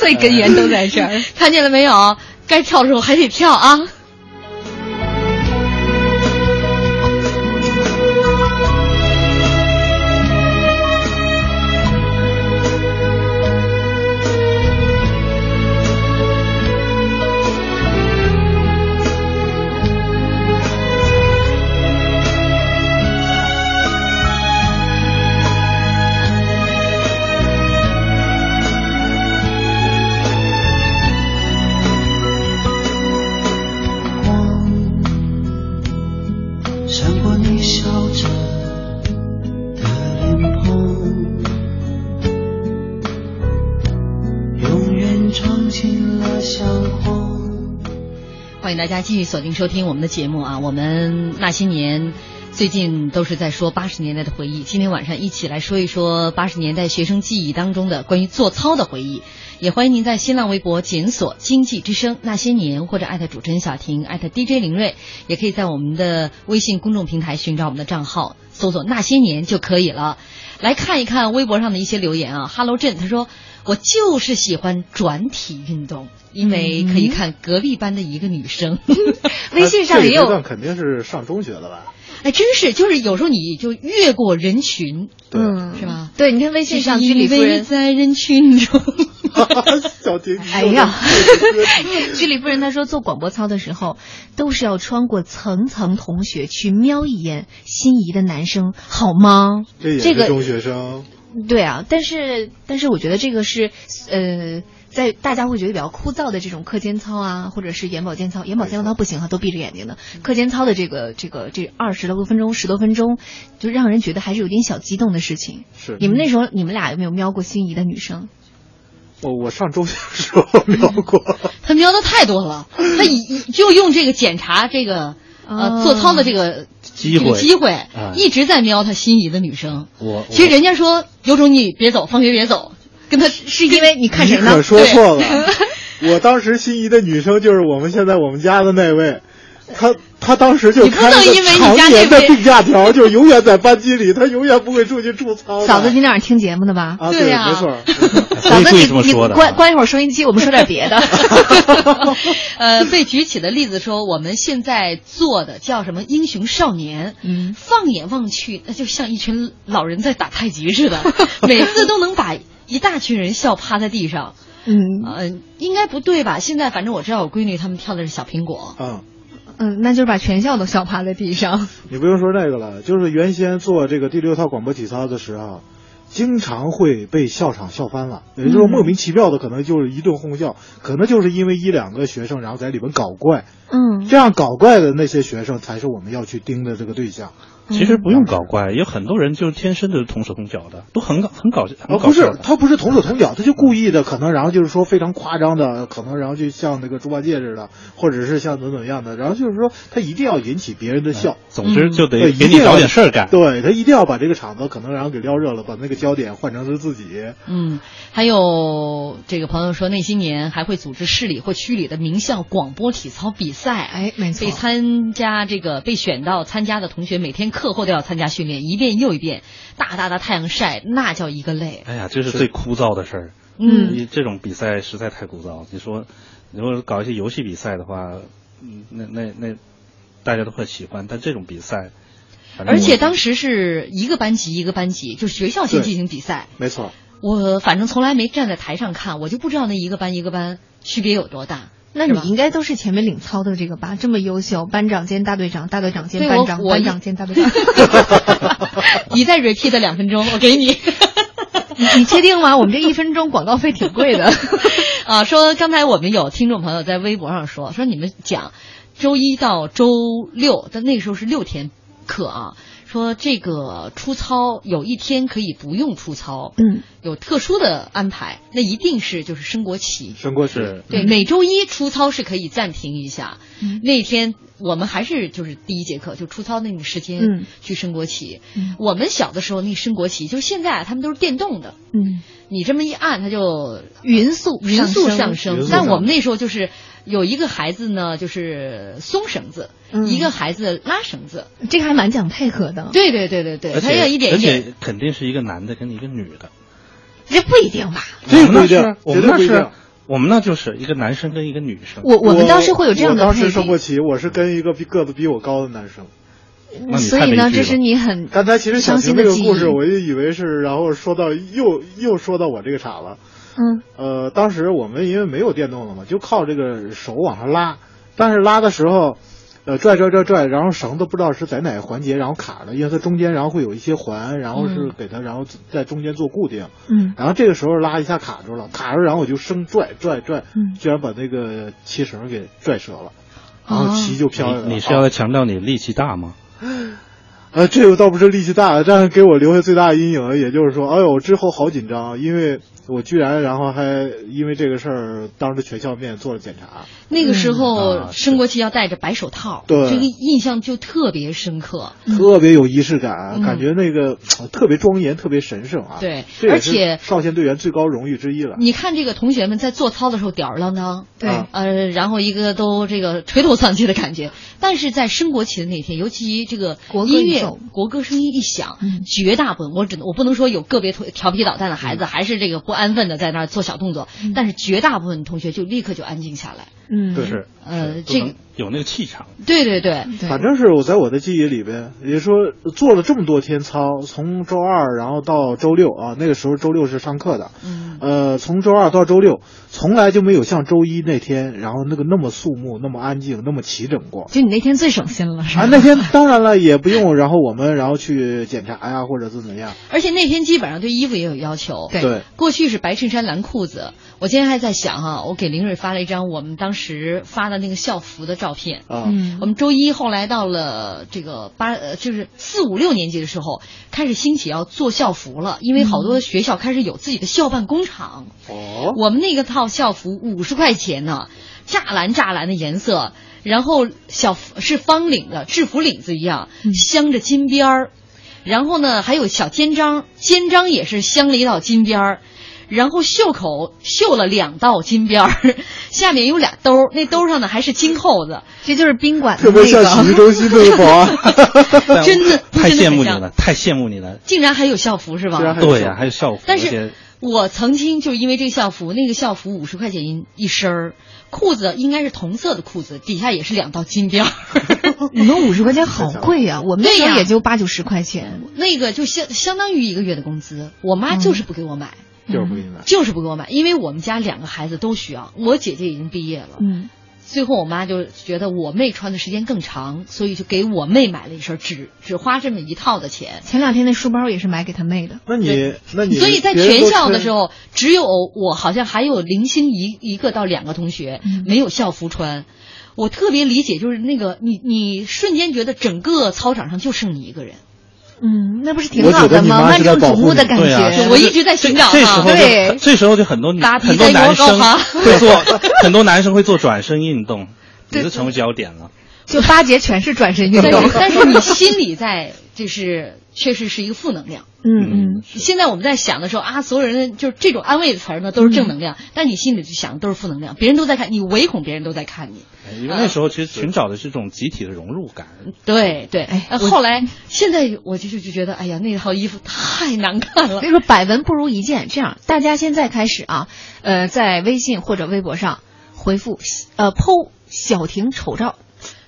所以根源都在这儿。看见了没有？该跳的时候还得跳啊。光闪过你笑着的脸庞，永远装进了相框。欢迎大家继续锁定收听我们的节目啊！我们那些年最近都是在说八十年代的回忆，今天晚上一起来说一说八十年代学生记忆当中的关于做操的回忆。也欢迎您在新浪微博检索“经济之声那些年”或者艾特主持人小婷、艾特 DJ 林睿，也可以在我们的微信公众平台寻找我们的账号，搜索“那些年”就可以了。来看一看微博上的一些留言啊，Hello 郑他说：“我就是喜欢转体运动，因为可以看隔壁班的一个女生。嗯 啊微信上也这有段，肯定是上中学的吧？哎，真是就是有时候你就越过人群，对，嗯，是吧？对，你看微信上居里夫依偎人，在人群中。 小婷，哎呀， 居里夫人她说，做广播操的时候，都是要穿过层层同学去瞄一眼心仪的男生，好吗？这也这是个中学生，对啊，但是但是我觉得这个是呃，在大家会觉得比较枯燥的这种课间操啊，或者是眼保健操，眼保健操不行哈、啊都闭着眼睛的。嗯课间操的这个这个这二十多分钟、十多分钟，就让人觉得还是有点小激动的事情。是你们那时候你们俩有没有瞄过心仪的女生？我我上中学的时候瞄过，他瞄的太多 了，他以以就用这个检查这个呃哦做操的这个机会这个机会啊哎，一直在瞄他心仪的女生。我其实人家说有种你别走，放学别走，跟他是因为你 看谁你可呢？说错了。 我当时心仪的女生就是我们现在我们家的那位，她她当时就你不开了能因为个你常家那年的位病假条，就永远在班级里，她永远不会出去驻操的。嫂子今天晚上听节目呢吧？啊，对对，呀没错儿，没 错儿嫂子所你以故意这么你说的关关一会儿收音机，我们说点别的。呃，被举起的例子说，我们现在做的叫什么“英雄少年”？嗯放眼望去，那就像一群老人在打太极 似的，每次都能把一大群人笑趴在地上。嗯呃，应该不对吧？现在反正我知道我闺女她们跳的是小苹果，嗯。嗯，那就是把全校都笑趴在地上。你不用说那个了，就是原先做这个第六套广播体操的时候，经常会被校场笑翻了，也就是说莫名其妙的，可能就是一顿哄笑，可能就是因为一两个学生，然后在里边搞怪，嗯，这样搞怪的那些学生才是我们要去盯的这个对象。其实不用搞怪，有很多人就是天生的同手同脚的，都很搞很搞啊，很搞不笑是，的。他不是同手同脚，他就故意的，可能然后就是说非常夸张的，可能然后就像那个猪八戒似的，或者是像怎么怎么样的，然后就是说他一定要引起别人的笑。总之就嗯对，得呃一给你定要找点事儿干。对他一定要把这个场子可能然后给撩热了，把那个焦点换成是自己。嗯，还有这个朋友说，那些年还会组织市里或区里的名校广播体操比赛，哎，没错被。参加这个被选到参加的同学，每天课后都要参加训练，一遍又一遍，大大的太阳晒，那叫一个累。哎呀，这是最枯燥的事儿。嗯你这种比赛实在太枯燥。你说，如果搞一些游戏比赛的话，嗯，那那那大家都很喜欢，但这种比赛，反正而且我当时是一个班级一个班级，就是学校先进行比赛。没错，我反正从来没站在台上看，我就不知道那一个班一个班区别有多大。那是你吧应该都是前面领操的这个吧？这么优秀，班长兼大队长，大队长兼对班我长，我班一长兼大队长。 你再 repeat 两分钟，我给你。 你你确定吗？我们这一分钟广告费挺贵的。啊，说刚才我们有听众朋友在微博上说，说你们讲周一到周六，但那个时候是六天课啊，说这个出操有一天可以不用出操， 嗯，有特殊的安排，那一定是就是升国旗。升国是旗。对，每周一出操是可以暂停一下，嗯那天我们还是就是第一节课就出操那个时间嗯去升国旗。嗯我们小的时候那升国旗，就是现在啊他们都是电动的，嗯，你这么一按，它就匀速匀速上上匀升速。上但升我们那时候就是有一个孩子呢，就是松绳子，嗯一个孩子拉绳子。这个还蛮讲配合的。对对对对对，而他要且一点而一点。且肯定是一个男的跟一个女的。这不一定吧？这个我们不那一定是我绝们对那不一是定，我们那就是一个男生跟一个女生。我我们当时会有这样我的当配时升国比，旗，我是跟一个比个子比我高的男生。那你嗯所太以悲呢，剧这了是你很刚嗯才其实小伤婷心这的个记忆。故事，我就以为是，然后说到又又说到我这个场了。嗯呃，当时我们因为没有电动了嘛，就靠这个手往上拉，但是拉的时候，呃，拽拽拽拽，然后绳子不知道是在哪个环节，然后卡了，因为它中间然后会有一些环，然后是给它，然后在中间做固定，嗯然后这个时候拉一下卡住了，卡住，然后我就生拽拽拽嗯，居然把那个旗绳给拽折了，然后哦旗就飘下来了。你你是要强调你力气大吗？呃，这个倒不是力气大，但是给我留下最大的阴影，也就是说，哎呦，我之后好紧张，啊因为我居然然后还因为这个事儿当着全校面做了检查。那个时嗯候啊升国旗要戴着白手套，对这个印象就特别深刻。特别有仪式感，嗯感觉那个、呃特别庄严，特别神圣啊！对这也而是且少先队员最高荣誉之一了。你看这个同学们在做操的时候吊儿郎当，对啊呃，然后一个都这个垂头丧气的感觉。但是在升国旗的那天，尤其这个国歌音一乐奏国歌声音一响，嗯绝大部分我只能我不能说有个别同调皮捣蛋的嗯孩子还是这个不安分的在那儿做小动作，但是绝大部分同学就立刻就安静下来。嗯，对是呃是这个都能有那个气场，对对对，对反正是我在我的记忆里边，也说做了这么多天操，从周二然后到周六啊，那个时候周六是上课的，嗯，呃，从周二到周六，从来就没有像周一那天，然后那个那么肃穆、那么安静、那么齐整过。就你那天最省心了是吧？嗯啊，那天当然了，也不用，然后我们然后去检查呀，或者是怎么样。而且那天基本上对衣服也有要求。对对，过去是白衬衫蓝裤子，我今天还在想哈、我给林瑞发了一张我们当时发的那个校服的照片。啊，嗯我们周一后来到了这个八呃，就是四五六年级的时候，开始兴起要做校服了，因为好多的学校开始有自己的校办工厂。哦，我们那个套校服五十块钱呢，栅栏栅栏的颜色，然后小服是方领的制服领子一样，嗯镶着金边儿，然后呢还有小肩章，肩章也是镶了一道金边儿。然后袖口绣了两道金边儿，下面有俩兜儿，那兜儿上呢还是金扣子，这就是宾馆的特那别个像洗浴中心那个保安。但真的太真的羡很慕你像了，太羡慕你了。竟然还有校服是吧？竟然还有对校呀、服还有校服，但而且是我曾经就因为这个校服，那个校服五十块钱一一身儿，裤子应该是同色的裤子，底下也是两道金边儿。 你们五十块钱好贵呀、我们那时对候呀也就八九十块钱。那个就相相当于一个月的工资，我嗯妈就是不给我买，就是不应该。就是不给我买，因为我们家两个孩子都需要，我姐姐已经毕业了，嗯，最后我妈就觉得我妹穿的时间更长，所以就给我妹买了一身，只只花这么一套的钱。前两天那书包也是买给他妹的。那你，那你，所以在全校的时，候，只有我好像还有零星一一个到两个同学嗯没有校服穿。我特别理解，就是那个你你瞬间觉得整个操场上就剩你一个人， 嗯，那不是挺我觉好得的你吗？妈万是在众保瞩护目的你感对啊觉。我一直在寻找这时哈候。对就这时候就很多女打比很多赛男高生哈会做 很多男生会做转身运 动，对你就成为焦点了。就八节全是转身运但动。是但是你心里在就是确实是一个负能量。 嗯嗯，现在我们在想的时候啊，所有人就是这种安慰的词儿呢都是正能量，嗯但你心里就想的都是负能量，别人都在看你，唯恐别人都在看你。哎因为那时候其实寻找的是这种集体的融入感，对对，哎呃我后来现在我就是就觉得，哎呀，那套衣服太难看了所。以说百闻不如一见。这样，大家现在开始啊，呃，在微信或者微博上回复呃剖小婷丑照，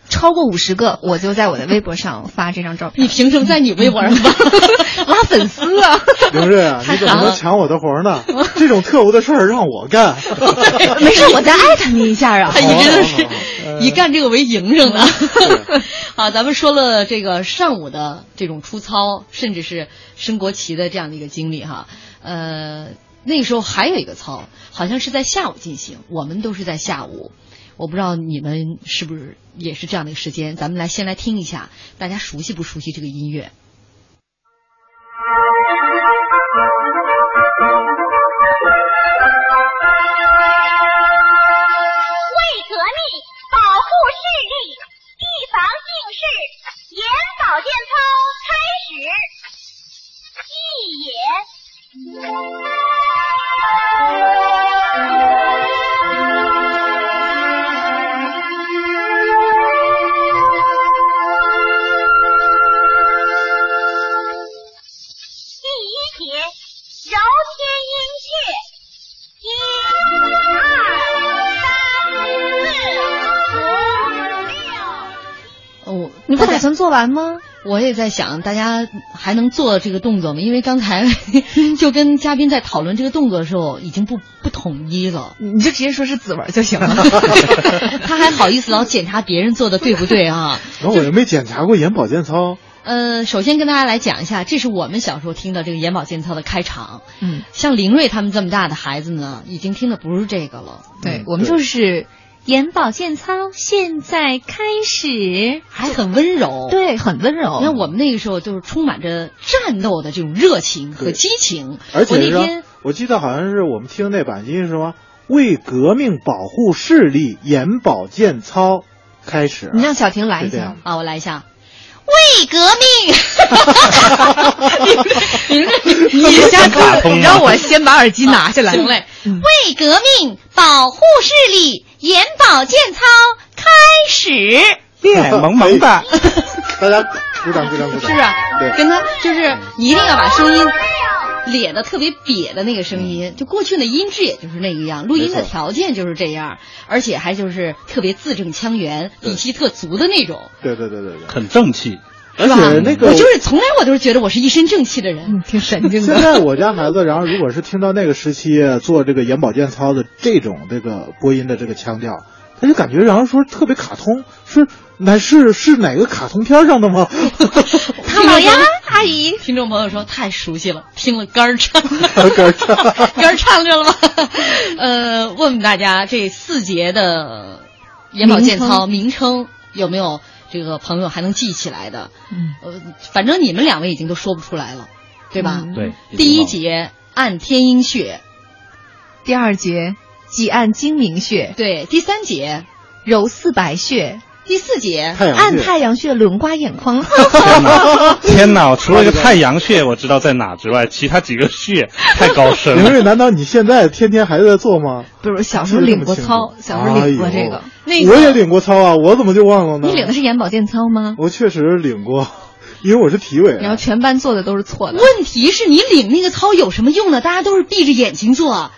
超过五十个，我就在我的微博上发这张照片。你凭什么在你微博上 发？拉粉丝啊！刘瑞啊，你怎么能抢我的活呢？这种特务的事儿让我干。 没事，我再艾特你一下啊他。一直都是以干这个为营生的。 好，咱们说了这个上午的这种出操，甚至是升国旗的这样的一个经历哈。呃，那个时候还有一个操，好像是在下午进行，我们都是在下午。我不知道你们是不是也是这样的一个时间，咱们来先来听一下，大家熟悉不熟悉这个音乐？为革命，保护视力，预防近视，眼保健操开始。一也。第一节，揉天阴穴。一、二、三、四、五、呃六。我你不大打家算做完吗？我也在想，大家还能做这个动作吗？因为刚才 就跟嘉宾在讨论这个动作的时候，已经不不统一了。你就直接说是紫纹就行了。他还好意思老检查别人做的对不对啊？然后我也没检查过眼保健操。呃，首先跟大家来讲一下，这是我们小时候听的这个眼保健操的开场。 嗯，像林瑞他们这么大的孩子呢，已经听的不是这个了。嗯对，我们就是眼保健操，现在开始。还很温柔。，对，很温柔。哦你看我们那个时候就是充满着战斗的这种热情和对激情。而且我那是吧天我记得好像是我们听那版音是什么？为革命保护视力，眼保健操开始。啊你让小婷来一是这下样。啊，我来一下。为革命，你们这你们这下次卡通啊你让我先把耳机拿下来。行嘞，嗯为革命，保护视力，眼保健操开始。脸萌 萌的，大家鼓掌鼓掌鼓掌！是不是？啊对跟他就是你一定要把声音咧的特别瘪的那个声音，就过去的音质也就是那个样，录音的没错条件就是这样，而且还就是特别字正腔圆、底气特足的那种，对对对对对。很正气。而是吧且那个我就是从来我都是觉得我是一身正气的人，嗯，挺神经现的。在我家孩子，然后如果是听到那个时期做这个眼保健操的这种这个播音的这个腔调，他就感觉然后说特别卡通，是哪是是哪个卡通片上的吗？ 他老们杨阿姨，听众朋友说太熟悉了，听了肝儿颤， 肝儿颤肝儿颤溜了吧？ 呃，问问大家这四节的眼保健操名称有没有这个朋友还能记起来的？嗯，呃，反正你们两位已经都说不出来了，对吧？嗯对，第一节按天阴穴，第二节挤按睛明穴，对，第三节，揉四白穴，第四节，太阳穴按太阳穴轮刮眼眶。天 哪，天哪！我除了一个太阳穴我知道在哪之外，其他几个穴 太高深 林了。。瑞，难道你现在天天还在做吗？不是小时候啊领过操，小时候领过这个。那个哎我也领过操啊，我怎么就忘了呢？你领的是眼保健操吗？我确实领过，因为我是体委啊。然后全班做的都是错的。问题是你领那个操有什么用呢？大家都是闭着眼睛做，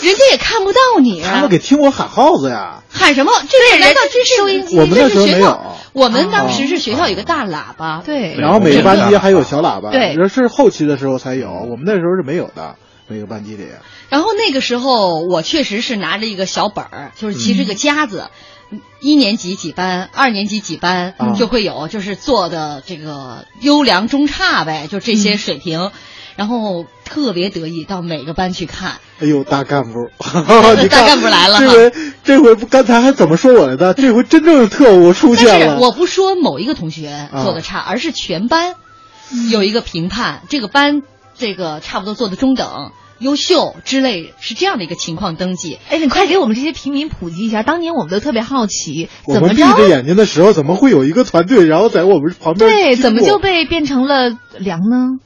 人家也看不到你。啊啊他们给听我喊号子呀，喊什么？这个难道这是收音机我们那时候没有这是学校我们当哦时是学校有一个大喇叭，对，然后每个班级还有小喇叭，对嗯人是后期的时候才有，我们那时候是没有的，每个班级里。然后那个时候我确实是拿着一个小本儿，就是其实个夹子。一年级几班，二年级几班、啊就会有，就是做的这个优良中差呗，就这些水平，然后特别得意到每个班去看，哎呦，大干 部！你看大干部来了哈这回这回不刚才还怎么说我来的？这回真正的特务出但现是了。我不说某一个同学做的差，而是全班有一个评判，这个班这个差不多做的中等、优秀之类，是这样的一个情况登记。哎，你快给我们这些平民普及一下，当年我们都特别好奇，我怎们么闭着？着眼睛的时候，怎么会有一个团队，然后在我们旁边对，经怎么就 过被变成了良呢？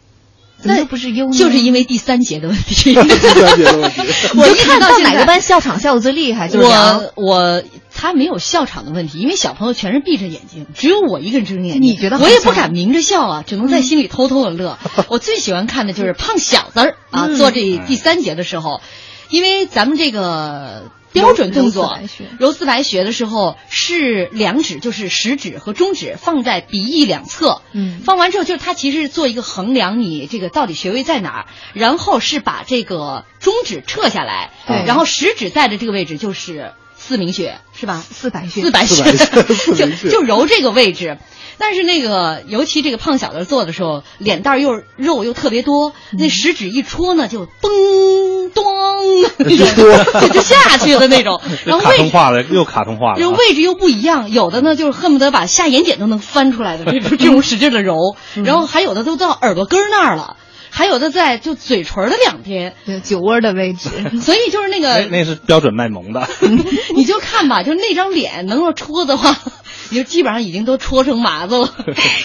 怎么那就不是优呢？就是因为第三节的问 题。第三节的问题？你我就一直看到到现哪个在班笑场笑的最厉害，就是良。我我他没有笑场的问题，因为小朋友全是闭着眼睛，只有我一个人睁着眼睛。你觉得好我也不笑敢明着笑啊，只能嗯在心里偷偷的 乐。我最喜欢看的就是胖小子儿啊，嗯做这第三节的时候，因为咱们这个标准动作揉揉四白穴揉四白穴的时候，是两指就是食指和中指放在鼻翼两侧，嗯放完之后就是它其实是做一个衡量你这个到底穴位在哪儿，然后是把这个中指撤下来，对然后食指在的这个位置就是四明穴，是吧？四百穴，四白穴四白穴四，明 就穴就揉这个位置。但是那个，尤其这个胖小子做的时候，脸蛋儿又肉又特别多，那食指一戳呢，就嘣咚，那种就 就下去的那种然这后卡位通置化了，又卡通化了就啊。位置又不一样，有的呢就是恨不得把下眼睑都能翻出来的这种 这种使劲的揉，然后还有的都到耳朵根儿那儿了，还有的在就嘴唇儿的两边，对酒窝的位置。所以就是那那个那是标准卖萌 的。你就看吧，就那张脸能够戳的话， 你就基本上已经都戳成麻子了，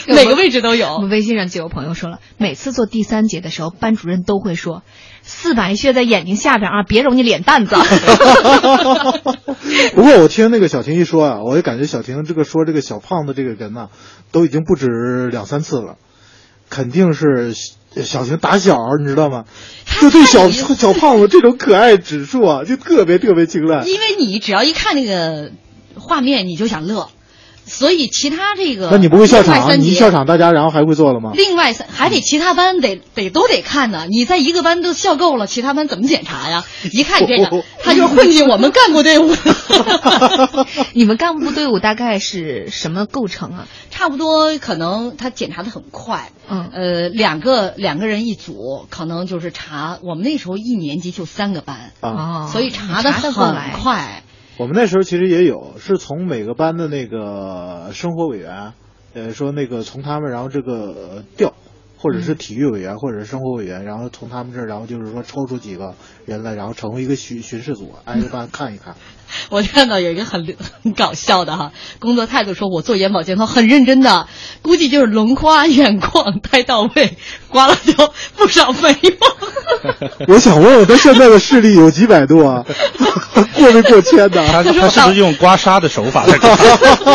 每个位置都我有们。微信上就有朋友说了，每次做第三节的时候，班主任都会说：“四百穴在眼睛下边啊，别揉你脸蛋 子。不过我听那个小婷一说啊，我就感觉小婷这个说这个小胖子这个人呐，都已经不止两三次了，肯定是小小婷打小你知道吗？就对小小胖子这种可爱指数啊，就特别特别青睐。因为你只要一看那个画面，你就想乐，所以其他这个那你不会笑另外场啊？三你一节笑场，大家然后还会做了吗？另外三还得其他班得得都得看呢，你在一个班都笑够了，其他班怎么检查呀？一看你这哦个，他就是混进我们干部队伍，” 你们干部队伍大概是什么构成啊？差不多可能他检查的很快，嗯呃，两个两个人一组，可能就是查我们那时候一年级就三个班，啊，哦，所以查查的得很过来。快。我们那时候其实也有，是从每个班的那个生活委员，呃，说那个从他们然后这个呃调，或者嗯是体育委员，或者是生活委员，然 后从他们这儿，然后就是说抽出几个人来，然后成为一个巡巡视组，挨个班看一看。我看到有一个很 很搞笑的哈，工作态度说我做眼保健操很认真的，估计就是轮刮、 眼眶太到位，刮了就不少费用。我想问问他现在的视力有几百度啊？ 过没过千呢？他他是不是用刮痧的手法在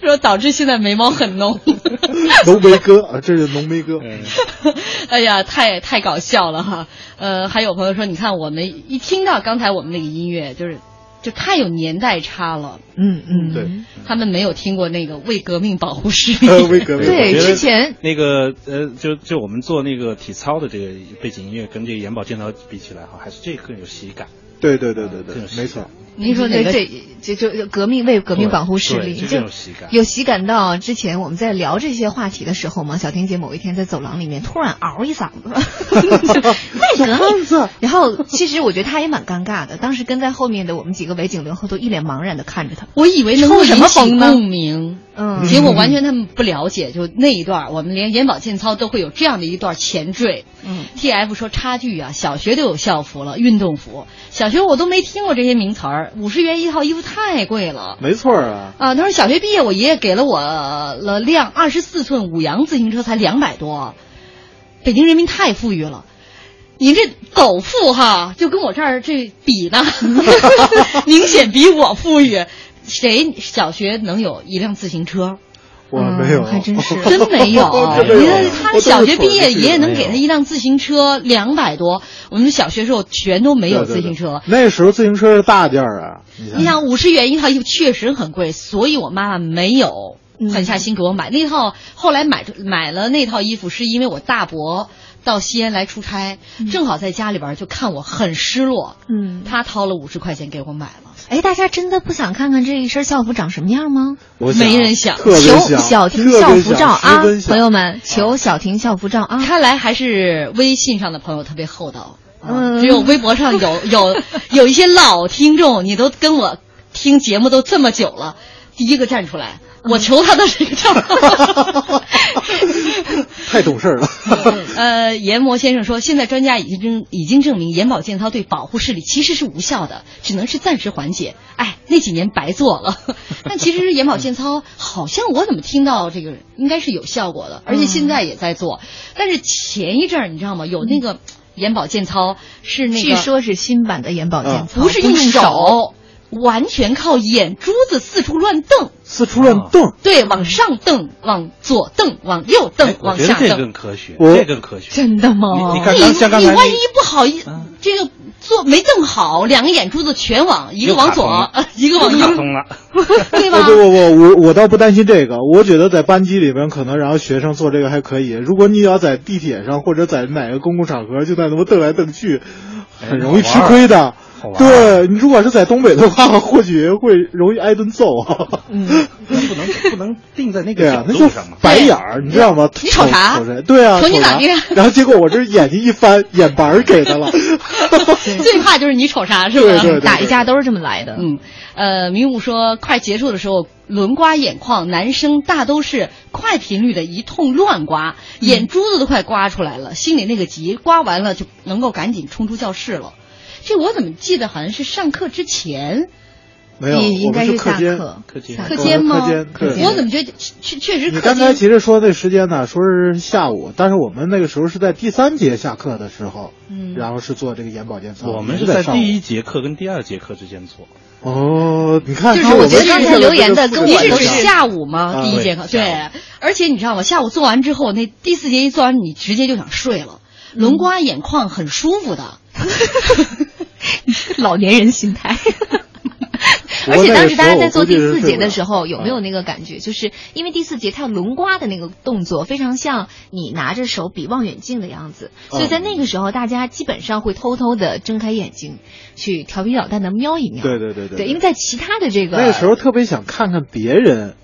说导致现在眉毛很浓。 浓眉哥啊，这是浓眉哥。嗯 哎呀，太太搞笑了哈！呃，还有朋友说，你看我们一听到刚才我们那个音乐，就是就太有年代差了。嗯嗯，对，他们没有听过那个《为革命保护视力》呃，威哥，对我觉得之前 那个呃，就就我们做那个体操的这个背景音乐，跟这个眼保健操比起来哈，还是这个更有喜感。对对对对对嗯这个，是没错。您说哪对个？这这这革命为革命保护势对力，就这种喜感有喜感到之前我们在聊这些话题的时候嘛，小婷姐某一天在走廊里面突然嗷一嗓子， 为革小胖子命。然后其实我觉得她也蛮尴尬的，当时跟在后面的我们几个围警留后都一脸茫然的看着她。我以为能够抽引什么起风呢共鸣，嗯结果完全他们不了解，就那一段儿，我们连眼保健操都会有这样的一段前缀。嗯，TF 说差距啊，小学都有校服了，运动服，小学我都没听过这些名词儿，五十元一套衣服太贵了。没错啊，啊，他说小学毕业，我爷爷给了我了辆二十四寸五羊自行车，才两百多。北京人民太富裕了，您这狗富哈，就跟我这儿这比 呢， 明显比我富裕。谁小学能有一辆自行车？我嗯没有，。还真是真没有 真你没有看他我都是小学毕腿业，儿去爷爷能没有给他一辆自行车，两百多。我们小学时候全都没有对自对行车。对那时候自行车是大件儿啊，你你想，想五十元一套衣服确实很贵，所以我妈妈没有嗯狠下心给我买那套。后来买买了那套衣服，是因为我大伯到西安来出差，正好在家里边就看我很失落，嗯，他掏了五十块钱给我买了。哎，大家真的不想看看这一身校服长什么样吗？我想没人想特别求想小婷特校别服想照啊十分，想朋友们，求小婷校服照啊。看来还是微信上的朋友特别厚道，啊嗯只有微博上有 有有一些老听众，你都跟我听节目都这么久了，第一个站出来，嗯我求他的这个 照。太懂事儿了。嗯呃，研磨先生说，现在专家已经证已经证明眼保健操对保护视力其实是无效的，只能是暂时缓解。哎，那几年白做了。 但其实眼保健操好像我怎么听到这个应该是有效果的，而且现在也在嗯做。但是前一阵儿你知道吗？有那个眼保健操是那个据说是新版的眼保嗯健操，不是用用手，完全靠眼珠子四处乱瞪。 四处乱动，对，往上瞪，往左瞪，往右瞪哎，我往觉得下这瞪更。科学，我这更科学。真的吗？你你看哦你刚像刚你才万那一不好意，嗯这个做没瞪好，两个眼珠子全往一个往左，呃一个往卡右，通了， 对吧啊我？我我我我倒不担心这个，我觉得在班级里边可能然后学生做这个还可以。如果你要在地铁上或者在哪个公共场合就在那么瞪来瞪去，很容易吃亏的哎好玩。儿对你如果是在东北的话，或许会容易挨顿揍。 啊嗯 不能不能定在那对个角啊，那度就上嘛。白眼儿，你知道吗？你瞅啥瞅谁？对啊，瞅你哪啥边然后结果我这眼睛一翻，眼白儿给 他了。最怕就是你瞅啥，是吧？对对对打一架都是这么来的。嗯，呃，迷雾说，快结束的时候，轮刮眼眶，男生大都是快频率的一通乱刮，嗯眼珠子都快刮出来了，心里那个急，刮完了就能够赶紧冲出教室了。这我怎么记得好像是上课之前，没有，你应我们该是下间。课课间下课间吗？课间对我怎么觉得确确实你课刚才间其实说那时间呢，说是下午，但是我们那个时候是在第三节下课的时候，嗯然后是做这个眼保健操。我们是是在上午第一节课跟第二节课之间做，哦，你看，就是看我们觉得刚才留言的跟你我指都是是下午吗？啊第一节课对对，而且你知道吗？下午做完之后，那第四节一做完，你直接就想睡了，轮刮眼眶很舒服的。老年人心态。我而且当时大家那在个时候做我估计第是四睡节不的了时候，有没有啊那个感觉？就是因为第四节它轮刮的那个动作，非常像你拿着手比望远镜的样子，嗯所以在那个时候，大家基本上会偷偷的睁开眼睛，去调皮捣蛋的瞄一瞄。对对对对对因为在其他的这个那个时候特别想看看别人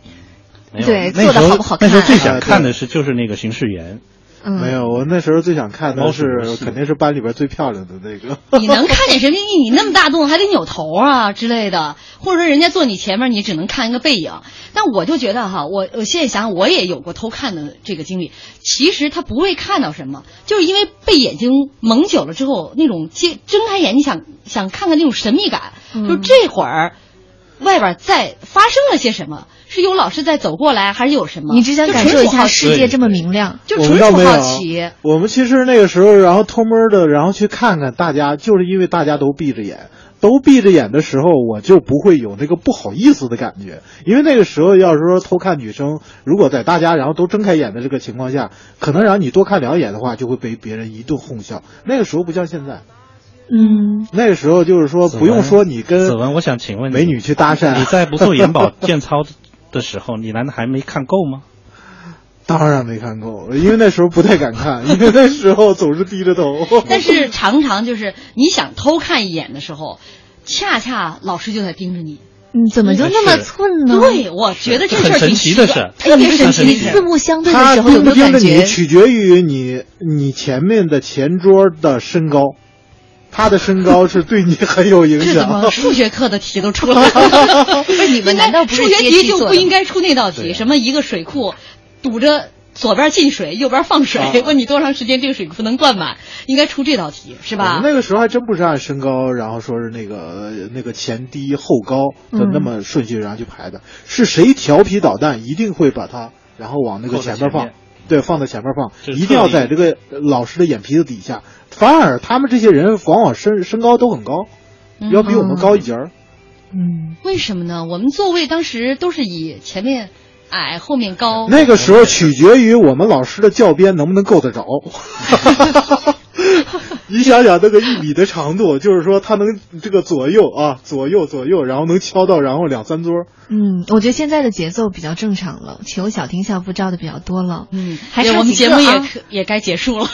没有对那做得时候好不好看那时候最啊对想看的是就是那个巡视员，嗯没有，我那时候最想看的猫是游是戏肯定是班里边最漂亮的那个。 你能看见谁？你你那么大动作还得扭头啊之类的，或者说人家坐你前面，你只能看一个背影。但我就觉得哈，我我现在想想，我也有过偷看的这个经历。其实他不会看到什么，就是因为被眼睛蒙久了之后，那种揭睁开眼睛想想看看那种神秘感，嗯就这会儿外边在发生了些什么，是有老师在走过来，还是有什么？你只想就感纯受一属下好奇世界这么明亮。 就我纯们倒属没有好啊奇。。我们其实那个时候，然后偷摸的，然后去看看大家，就是因为大家都闭着眼，都闭着眼的时候，我就不会有那个不好意思的感觉。因为那个时候，要是说偷看女生，如果在大家然后都睁开眼的这个情况下，可能让你多看两眼的话，就会被别人一顿哄笑。那个时候不像现在，嗯，那个时候就是说子不用文说你跟子文，我想请问你美女去搭讪，你在不做眼 保健操的时候，你难道还没看够吗？当然没看够，因为那时候不太敢看，因为那时候总是低着头。但 是常常就是你想偷看一眼的时候，恰恰老师就在盯着你。你嗯怎么就那么是寸呢？，对，我觉得这事儿哎很神挺奇奇的怪事特别神奇的你事四儿。目相对的他时候有盯没不有盯感着你，觉？取决于你你前面的前桌的身高，他的身高是对你很有影这怎么 响。数学课的题都出来 了？是你们难道不是数学阶题梯就做不的应该出那道题？什么一个水库堵着左边进水，右边放水，问你多长时间这个水库能灌满？应该出这道题是我吧们？嗯那个时候还真不是按身高，然后说是那个呃那个前低后高的嗯那么顺序然后去排的，是谁调皮捣蛋，一定会把它然后往那个扣在前面前放面，对，放到前面放，就是一定要特在意这个呃老师的眼皮子底下。反而他们这些人往往身身高都很高，嗯要比我们高一截儿。嗯，为什么呢？我们座位当时都是以前面矮后面高，那个时候取决于我们老师的教鞭能不能够得着。你想想那个一米的长度， 就是说他能这个左右啊，左右左右，然后能敲到然后两三桌。嗯，我觉得现在的节奏比较正常了，求小停小步招的比较多了。嗯，还对差我们几节个目也啊可也该结束 了。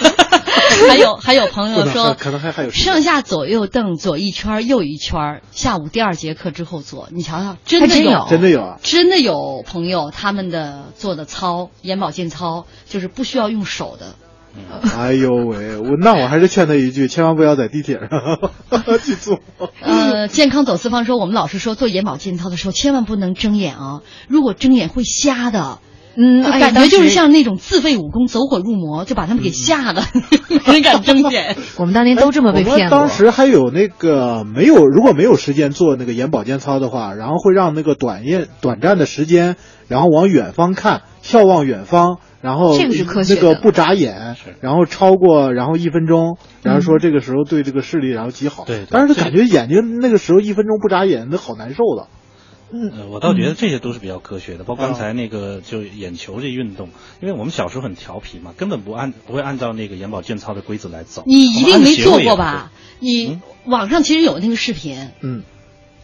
还有还有朋友不能说，还可能还还有时间上下左右凳，左一圈儿右一圈儿，下午第二节课之后做，你瞧瞧，真还的真有有真的有啊，真的有朋友他们的做的操，眼保健操就是不需要用手的，哎呦喂，我那我还是劝他一句，千万不要在地铁上 去做。嗯呃，健康走四方说，我们老师说做眼保健操的时候千万不能睁眼啊，如果睁眼会瞎的。嗯，就哎感觉就是。当时嗯像那种自卫武功走火入魔，就把他们给吓 的，没人敢睁眼。我们当年都这么被哎我们骗哎过。当时还有那个没有，如果没有时间做那个眼保健操的话，然后会让那个短夜短暂的时间，然后往远方看，眺望远方，然后这个是科学的嗯那个不眨眼是，然后超过然后一分钟，然后说这个时候对这个视力然后极好。对对但是感觉眼睛那个时候一分钟不眨眼，那好难受嗯的。呃，我倒觉嗯得这些都是比较科学的，包括哦刚才那个就眼球这运动，因为我们小时候很调皮嘛，根本不按不会按照那个眼保健操的规则来走。你一定没做过我们按吧？你网上其实有那个视频，嗯，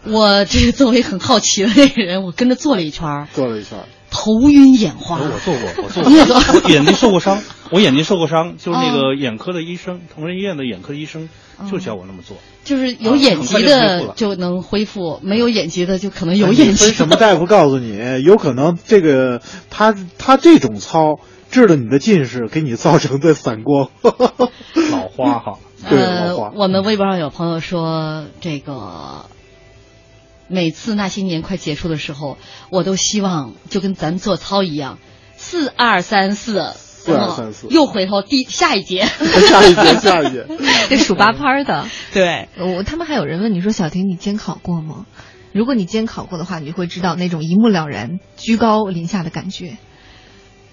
我这个作为很好奇的那个人，我跟着做了一圈儿，做了一圈儿，头晕眼花斜。着眼做哦我做过，我做你也做哦过，我眼睛受过 伤，我眼睛受过伤，就是那个眼科的医生，同仁医院的眼科医生就教我那么做。就是有眼疾啊很的快就恢复了就能恢复，没有眼疾的就可能有眼你疾分的。什么大夫告诉你，有可能这个他他这种操治了你的近视，给你造成的散光。 老花哈，对呃老花，我们微博上有朋友说，这个每次那些年快结束的时候，我都希望就跟咱们做操一样，四二三四， 4-2-3-4然后又回头第下一节，下一节，下一节。 这数八拍儿 的，对，我他们还有人问你说小婷，你监考过吗？如果你监考过的话，你会知道那种一目了然、居高临下的感觉。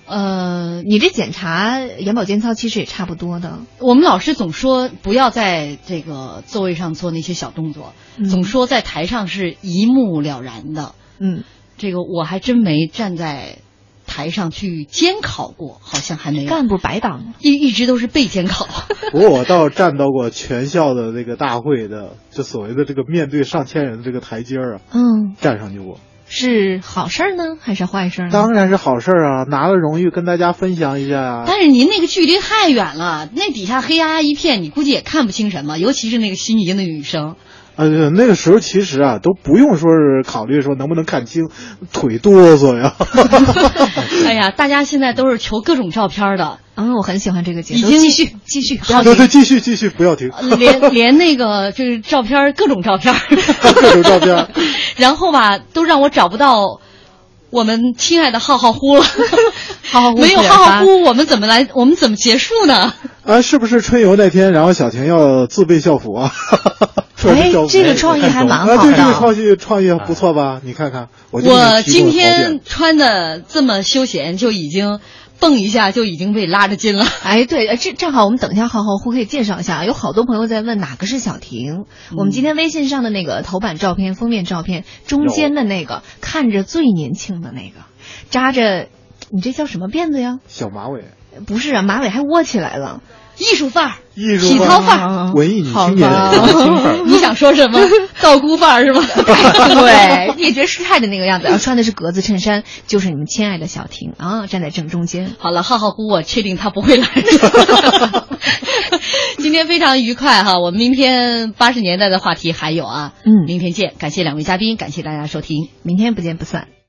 呃，你这检查眼保健操其实也差不多的，我们老师总说不要在这个座位上做那些小动作，嗯总说在台上是一目了然的。嗯，这个我还真没站在台上去监考过，好像还没有，干部白党一一直都是被监 考。不过我倒站到过全校的那个大会的，就所谓的这个面对上千人的这个台阶儿啊，嗯，站上去过，是好事儿呢还是坏嗯事儿呢？当然是好事儿啊，拿了荣誉跟大家分享一下啊呀、但是您那个距离 太远了，那底下黑压压一片，你估计也看不清什么，尤其是那个心仪的女生。呃，那个时候其实啊，都不用说是考虑说能不能看清，腿哆嗦呀。 哎呀，大家现在都是求各种照片的，嗯，我很喜欢这个解已说，经继续继续，不要对对，紧继续继续，不要停。呃呃 连连那个就是照片儿，各种照片儿，各种照片儿， 然后吧，都让我找不到我们亲爱的浩浩乎 了，浩浩乎没有是浩吧浩乎，我们怎么来，我们怎么结束呢？啊，是不是春游那天，然后小婷要自备校服啊？ 穿着哎校服，这个创意还蛮啊，好对这的。个创意创意不错吧？你看看，我就给你我今提供了好点天穿的这么休闲，就已经蹦一下就已经被拉着筋 了。哎，对，哎这正好我们等一下浩浩乎可以介绍一下，有好多朋友在问哪个是小婷。嗯我们今天微信上的那个头版照片、封面照片中间的那个，看着最年轻的那个，扎着，你这叫什么辫子呀？小马尾，不是啊，马尾还窝起来了，艺术范儿，艺术体操范儿，啊文艺女青年好吧你想说 什么？道姑范儿是吗？ 对，灭绝师太的那个样子，然后穿的是格子衬衫，就是你们亲爱的小婷啊，站在正中间。好了，浩浩乎，我确定他不会来的。今天非常愉快哈，我们明天八十年代的话题还有啊，嗯明天见，感谢两位嘉宾，感谢大家收听。明天不见不散。